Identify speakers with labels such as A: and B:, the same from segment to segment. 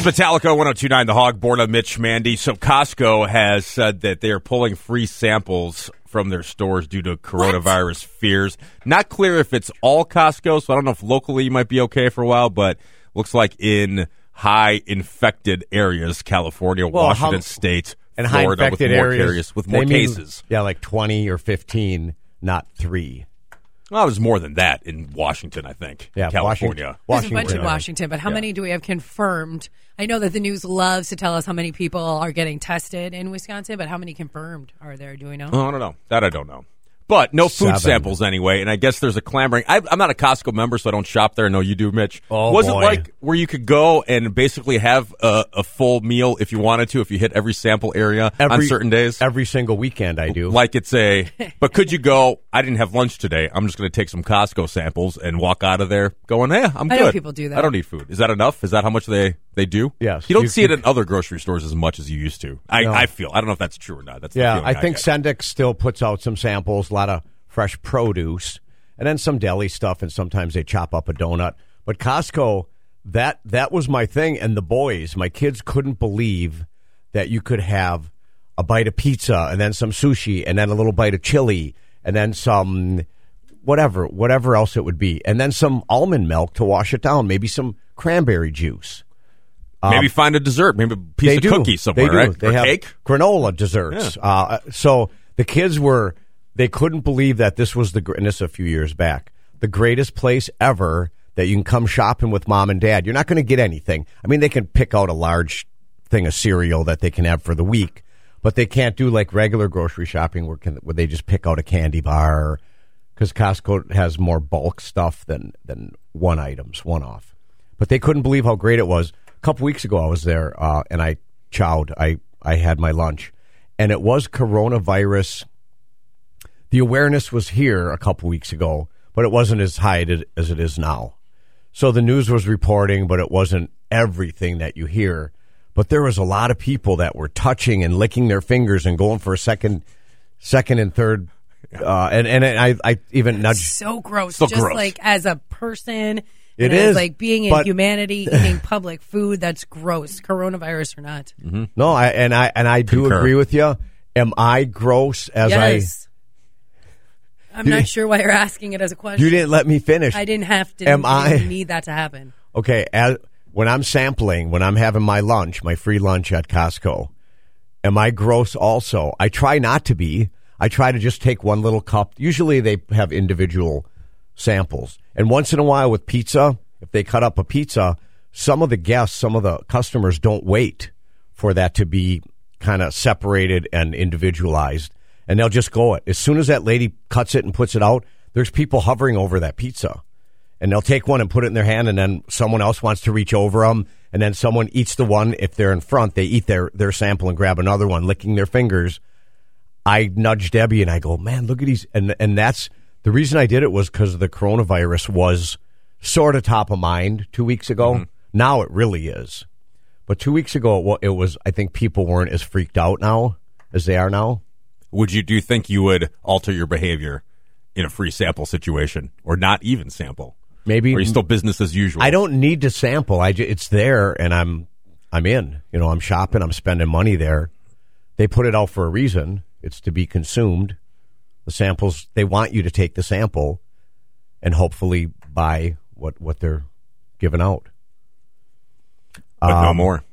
A: Metallica 1029 The Hog, Borna, Mitch, Mandy. So Costco has said that they are pulling free samples from their stores due to coronavirus fears. Not clear if it's all Costco, so I don't know if locally you might be okay for a while, but looks like in high infected areas, California,
B: Well, how-
A: Washington State,
B: and high
A: Florida, with
B: infected
A: more
B: areas
A: carriers- with more
B: they mean-
A: cases.
B: yeah, like twenty or fifteen, not three.
A: Well, there's more than that in Washington, I think.
B: Yeah,
A: California.
B: Washington.
C: There's
B: Washington.
C: a bunch in
B: I mean.
C: Washington, but how many do we have confirmed? I know that the news loves to tell us how many people are getting tested in Wisconsin, but how many confirmed are there? Do we know?
A: Oh, I don't know. That I don't know. But no food
B: Seven.
A: samples anyway, and I guess there's a clamoring. I, I'm not a Costco member, so I don't shop there. No, you do, Mitch.
B: Oh,
A: Was it
B: boy.
A: like where you could go and basically have a, a full meal if you wanted to, if you hit every sample area on certain days?
B: every single weekend, I do.
A: like it's a, but could you go? I didn't have lunch today. I'm just going to take some Costco samples and walk out of there going, "Yeah, I'm
C: I
A: good."
C: know people do that.
A: I don't need food. Is that enough? Is that how much they they do?
B: Yes.
A: You don't
B: You-
A: see it in other grocery stores as much as you used to. I, I feel. I don't know if that's true or not. That's the
B: yeah,
A: feeling
B: I think
A: get.
B: Sendix still puts out some samples, a lot of fresh produce, and then some deli stuff, and sometimes they chop up a donut. But Costco, that that was my thing, and the boys, my kids, couldn't believe that you could have a bite of pizza, and then some sushi, and then a little bite of chili, and then some whatever, whatever else it would be, and then some almond milk to wash it down, maybe some cranberry juice.
A: Maybe find a dessert, maybe a piece
B: Um, they
A: of
B: do.
A: cookie somewhere,
B: they do.
A: right?
B: They
A: or
B: have
A: cake.
B: granola desserts. Uh, so the kids were they couldn't believe that this was the gr- and this is a few years back the greatest place ever that you can come shopping with mom and dad. You're not going to get anything. I mean, they can pick out a large thing of cereal that they can have for the week, but they can't do like regular grocery shopping where can where they just pick out a candy bar because Costco has more bulk stuff than than one items, one off. But they couldn't believe how great it was. A couple weeks ago, I was there uh, and I chowed. I I had my lunch, and it was coronavirus. The awareness was here a couple weeks ago, but it wasn't as high it- as it is now. So the news was reporting, but it wasn't everything that you hear. But there was a lot of people that were touching and licking their fingers and going for a second, second and third, uh, and and I, I even nudged.
C: So gross.
A: So
C: Just
A: gross.
C: like as a person,
B: It
C: and as,
B: is,
C: like being in
B: but-
C: humanity, eating public food. That's gross. Coronavirus or not?
B: No, I and I and I do
A: Concur.
B: agree with you. Am I gross as
C: yes. I, am
B: You
C: not
B: didn't-
C: sure why you're asking it as a
B: I?
C: question.
B: You didn't let me finish.
C: I didn't have to.
B: Am
C: Am I
B: I-
C: need that to happen?
B: okay, as, when I'm sampling, when I'm having my lunch, my free lunch at Costco, am I gross also? I try not to be. I try to just take one little cup. Usually they have individual samples. And once in a while with pizza, if they cut up a pizza, some of the guests, some of the customers don't wait for that to be kind of separated and individualized. And they'll just go it. As soon as that lady cuts it and puts it out, there's people hovering over that pizza and they'll take one and put it in their hand, and then someone else wants to reach over them, and then someone eats the one. If they're in front, they eat their their sample and grab another one, licking their fingers. I nudge Debbie and I go, "Man, look at these!" And and that's the reason I did it was because the coronavirus was sort of top of mind two weeks ago.
A: Mm-hmm.
B: Now it really is, but two weeks ago it wa- it was. I think people weren't as freaked out now as they are now.
A: Would you do you think you would alter your behavior in a free sample situation, or not even sample?
B: Maybe
A: Or are you still business as usual?
B: I don't need to sample. I ju- it's there, and I'm I'm in. You know, I'm shopping. I'm spending money there. They put it out for a reason. It's to be consumed. The samples they want you to take the sample, and hopefully buy what what they're giving out.
A: But
B: um,
A: no more.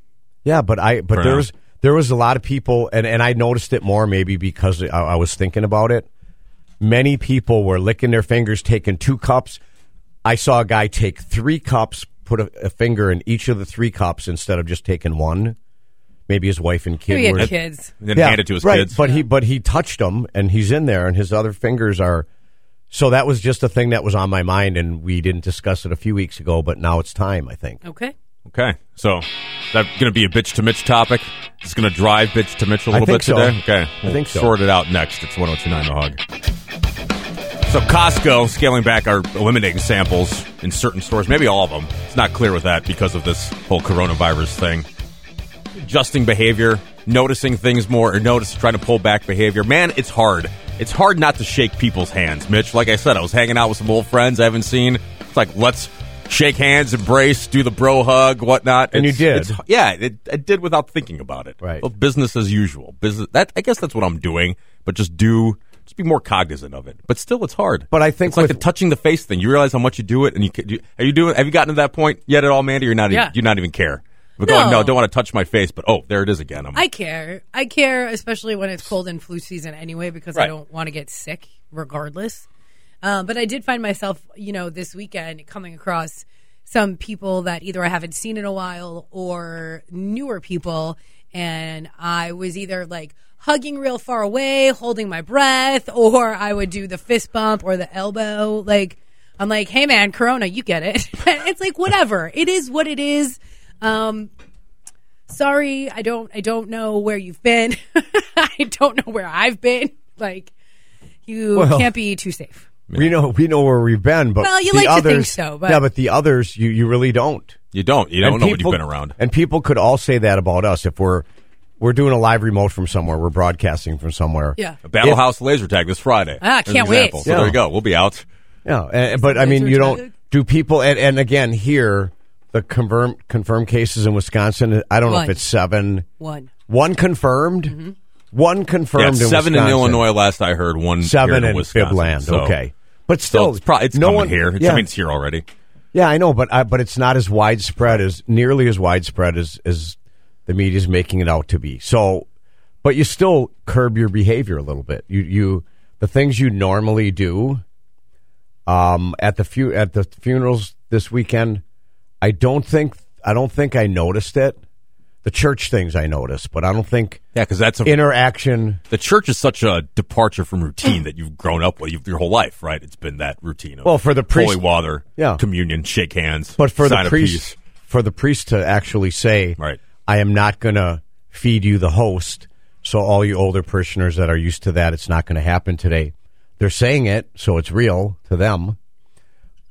B: Yeah, but I but
A: For
B: there
A: now.
B: was there was a lot of people, and and I noticed it more maybe because I, I was thinking about it. Many people were licking their fingers, taking two cups. I saw a guy take three cups, put a, a finger in each of the three cups instead of just taking one. Maybe his wife and kid
C: Maybe
B: were
C: had kids.
A: And then hand it to his
B: right.
A: kids.
B: But he but he touched them, and he's in there, and his other fingers are. So that was just a thing that was on my mind, and we didn't discuss it a few weeks ago, but now it's time. I think.
C: Okay.
A: okay, so that going to be a bitch to Mitch topic. It's going to drive bitch to Mitch a little
B: think
A: bit
B: so.
A: today. Okay,
B: I think so.
A: Sort it out next. It's 1029 The Hog. So Costco scaling back or eliminating samples in certain stores, maybe all of them. It's not clear with that because of this whole coronavirus thing. adjusting behavior, noticing things more, or notice trying to pull back behavior. Man, it's hard. It's hard not to shake people's hands, Mitch. Like I said, I was hanging out with some old friends I haven't seen. It's like let's shake hands, embrace, do the bro hug, whatnot.
B: And you
A: It's-
B: did.
A: it's- yeah, it, I did without thinking about it.
B: Right.
A: Well, business as usual. Business. That I guess that's what I'm doing, but just do. Just be more cognizant of it. But still, it's hard.
B: But I think
A: it's like
B: with-
A: the touching the face thing. You realize how much you do it, and you, ca- you are you doing? Have you gotten to that point yet at all, Mandy? You're not.
C: Yeah.
A: Even, you not even care. But going,
C: No.
A: no, don't want to touch my face. But oh, there it is again. I'm,
C: I care. I care, especially when it's cold and flu season anyway, because I
A: Right.
C: don't want to get sick regardless. Um, but I did find myself, you know, this weekend coming across some people that either I haven't seen in a while or newer people. And I was either like hugging real far away, holding my breath, or I would do the fist bump or the elbow. Like, I'm like, hey man, Corona, you get it. it's like, whatever. It is what it is. Um, sorry i don't i don't know where you've been i don't know where i've been like you
B: Well-
C: can't be too safe
B: We know we know where we've been, but
C: Well, you
B: the
C: like to
B: others,
C: think so, but-
B: yeah, but the others, you you really don't.
A: you don't. You don't
B: And
A: know
B: people-
A: what you've been around.
B: And people could all say that about us if we're we're doing a live remote from somewhere, we're broadcasting from somewhere.
C: yeah
A: Battle
B: Yeah.
A: House laser tag this Friday.
C: Ah,
A: As an
C: can't wait.
A: example. So
B: Yeah.
A: there you go. We'll be out.
B: Yeah, and, but I
C: that
B: mean,
C: your
B: you
C: target?
B: don't do people, and, and again here the confirm confirmed cases in Wisconsin. I don't know
C: One. Mm-hmm.
B: if it's seven,
C: one
B: one confirmed, one confirmed.
A: Yeah,
B: in
A: seven in
B: Wisconsin.
A: Illinois last I heard. One
B: seven
A: here in
B: in
A: Wisconsin.
B: Fibland.
A: So-
B: okay, but
A: So
B: still,
A: it's, pro- it's
B: no
A: coming
B: one
A: here. It's,
B: Yeah,
A: I mean, it's here already.
B: yeah, I know, but I, but it's not as widespread as nearly as widespread as as the media's making it out to be. So, but you still curb your behavior a little bit. You you the things you normally do. Um, at the fu- at the funerals this weekend, I don't think I don't think I noticed it. The church things I noticed, but I don't think
A: Yeah, because that's a,
B: interaction.
A: the church is such a departure from routine that you've grown up with you your whole life, right? It's been that routine. Of
B: Well, for the priest-
A: holy water,
B: Yeah.
A: communion, shake hands,
B: But for
A: sign
B: the
A: of
B: priest,
A: peace.
B: for the priest to actually say,
A: Right.
B: I am not going to feed you the host. So all you older parishioners that are used to that, it's not going to happen today. They're saying it, so it's real to them.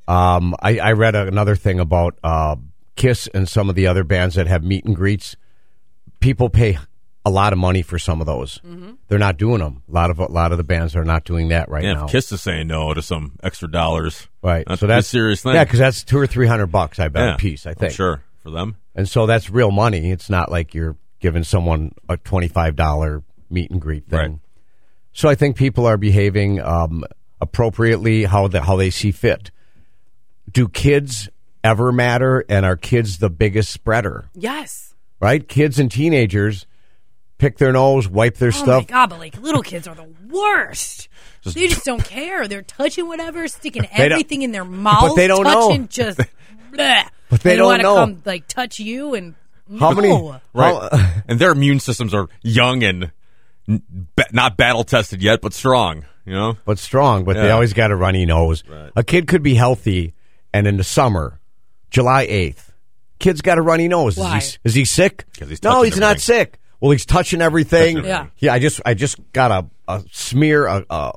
B: Um, I, I read another thing about uh, Kiss and some of the other bands that have meet and greets. People pay a lot of money for some of those. They're not doing them. A lot of a lot of the bands are not doing that right
A: Yeah,
B: now.
A: if Kiss is saying no to some extra dollars,
B: right?
A: That's
B: so
A: a pretty
B: that's
A: serious thing.
B: Yeah, because that's two or three hundred bucks. I bet
A: Yeah,
B: a piece. I
A: I'm
B: think.
A: sure for them.
B: And so that's real money. It's not like you're giving someone a $25 meet and greet thing.
A: Right.
B: So I think people are behaving um, appropriately how the, how they see fit. Do kids ever matter and are kids the biggest spreader?
C: yes
B: Right? Kids and teenagers pick their nose, wipe their
C: oh
B: stuff.
C: my god but like little kids are the worst they just don't care they're touching whatever sticking
B: don't-
C: everything in their mouth
B: they don't know.
C: touching just bleh.
B: But they
C: and
B: don't
C: wanna
B: know.
C: come like touch you and
B: How
C: no.
B: many
A: Right.
B: how-
A: and their immune systems are young and n- ba- not battle tested yet, but strong, you know?
B: but strong, but they
A: Yeah.
B: always got a runny nose. A kid could be healthy, and in the summer, July 8th, kid's got a runny nose.
C: Why?
B: Is, he, is he sick?
A: 'Cause he's
B: no,
A: touching
B: he's not
A: everything.
B: sick. Well, he's touching everything.
A: Touching
C: Yeah. everything.
B: I just I just got a, a smear, a, a,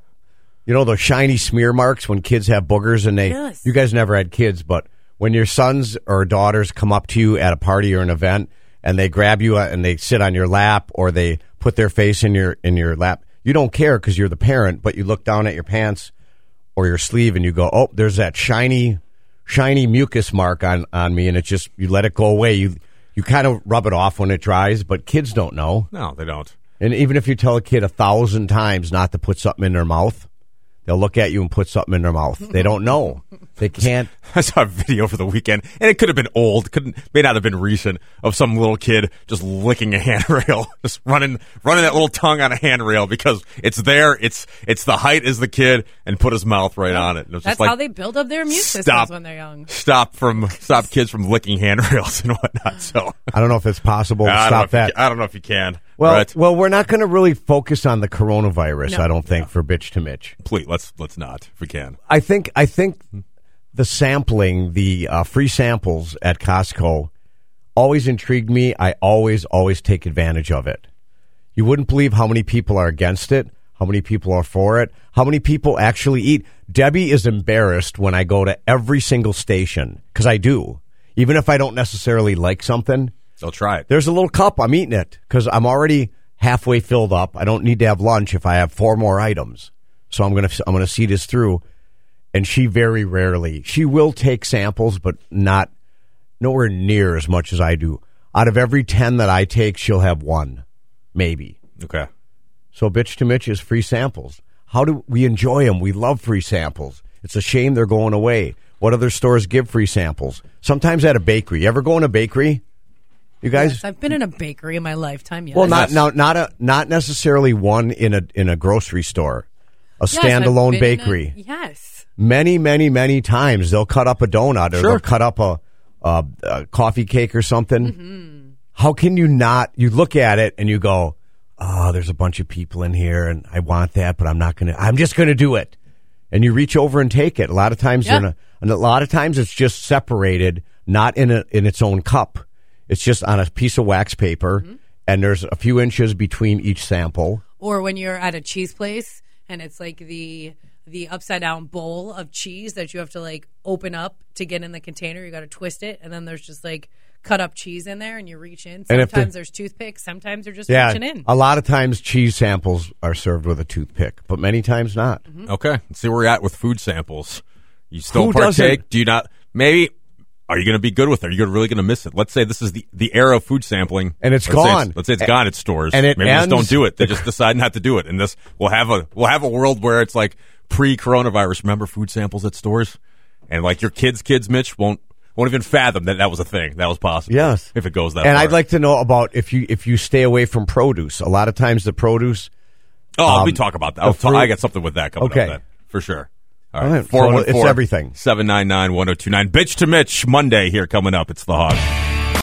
B: you know, those shiny smear marks when kids have boogers and they.
C: Yes.
B: You guys never had kids, but when your sons or daughters come up to you at a party or an event and they grab you uh, and they sit on your lap or they put their face in your in your lap, you don't care because you're the parent, but you look down at your pants or your sleeve and you go, "Oh, there's that shiny, shiny mucus mark on on me," and it just you let it go away. You you kind of rub it off when it dries, but kids don't know.
A: No, they don't.
B: And even if you tell a kid a thousand times not to put something in their mouth, they'll look at you and put something in their mouth. They don't know. They can't.
A: I saw a video for the weekend, and it could have been old, couldn't may not have been recent, of some little kid just licking a handrail, just running running that little tongue on a handrail because it's there, it's it's the height is the kid, and put his mouth right on it. And it was
C: that's
A: just like,
C: how they build up their immune
A: Stop.
C: systems when they're young
A: stop from stop kids from licking handrails and whatnot. So
B: I don't know if it's possible to
A: I don't know
B: stop
A: if you
B: that.
A: ca- I don't know if you can.
B: well,
A: Brett.
B: well, we're not going to really focus on the coronavirus.
C: No.
B: I don't think for bitch to Mitch.
A: please let's let's not if we can.
B: I think I think the sampling, the uh, free samples at Costco, always intrigued me. I always always take advantage of it. You wouldn't believe how many people are against it, how many people are for it, how many people actually eat. Debbie is embarrassed when I go to every single station because I do, even if I don't necessarily like something.
A: They'll try it.
B: There's a little cup. I'm eating it because I'm already halfway filled up. I don't need to have lunch if I have four more items. So I'm gonna I'm gonna see this through. and she very rarely she will take samples, but not nowhere near as much as I do. Out of every ten that I take, she'll have one, maybe.
A: Okay.
B: So bitch to Mitch is free samples. How do we enjoy them? We love free samples. It's a shame they're going away. What other stores give free samples? Sometimes at a bakery. You ever go in a bakery? You guys?
C: Yes, I've been in a bakery in my lifetime. Yes.
B: Well, not
A: Yes.
B: now, not a, not necessarily one in a in a grocery store, a
C: Yes, I've
B: standalone
C: been in a-
B: bakery.
C: yes.
B: Many, many, many times they'll cut up a donut or
A: Sure.
B: they'll cut up a, a, a coffee cake or something. How can you not? You look at it and you go, "Oh, there's a bunch of people in here, and I want that, but I'm not gonna. I'm just gonna do it." And you reach over and take it. A lot of times,
C: Yeah.
B: they're not- and a lot of times it's just separated, not in a, in its own cup. It's just on a piece of wax paper, and there's a few inches between each sample.
C: Or when you're at a cheese place and it's like the the upside down bowl of cheese that you have to like open up to get in the container. You got to twist it, and then there's just like cut up cheese in there, and you reach in.
B: And if
C: Sometimes
B: the-
C: there's toothpicks. Sometimes they're just
B: Yeah,
C: reaching in.
B: a lot of times cheese samples are served with a toothpick, but many times not.
A: Okay. Let's see where we're at with food samples. You still
B: Mm-hmm. Who
A: partake?
B: doesn't?
A: Do you not? Maybe. Are you going to be good with it? Are you really going to miss it? Let's say this is the, the era of food sampling,
B: And it's
A: let's say
B: gone.
A: let's say it's gone at stores,
B: and it
A: maybe they just don't
B: ends-
A: do it. They just decide not to do it, and this we'll have a we'll have a world where it's like pre coronavirus. Remember food samples at stores, and like your kids' kids, Mitch won't won't even fathom that that was a thing that was possible.
B: Yes.
A: if it goes that.
B: And
A: far.
B: I'd like to know about if you if you stay away from produce. A lot of times the produce.
A: Oh, we talk about that. I'll
B: the
A: ta- I
B: Um, fruit-
A: got something with that coming
B: Okay.
A: up then, for sure. All
B: All
A: right.
B: right. So it's everything.
A: oh 799 1029. Bitch to Mitch, Monday here coming up. It's the Hog.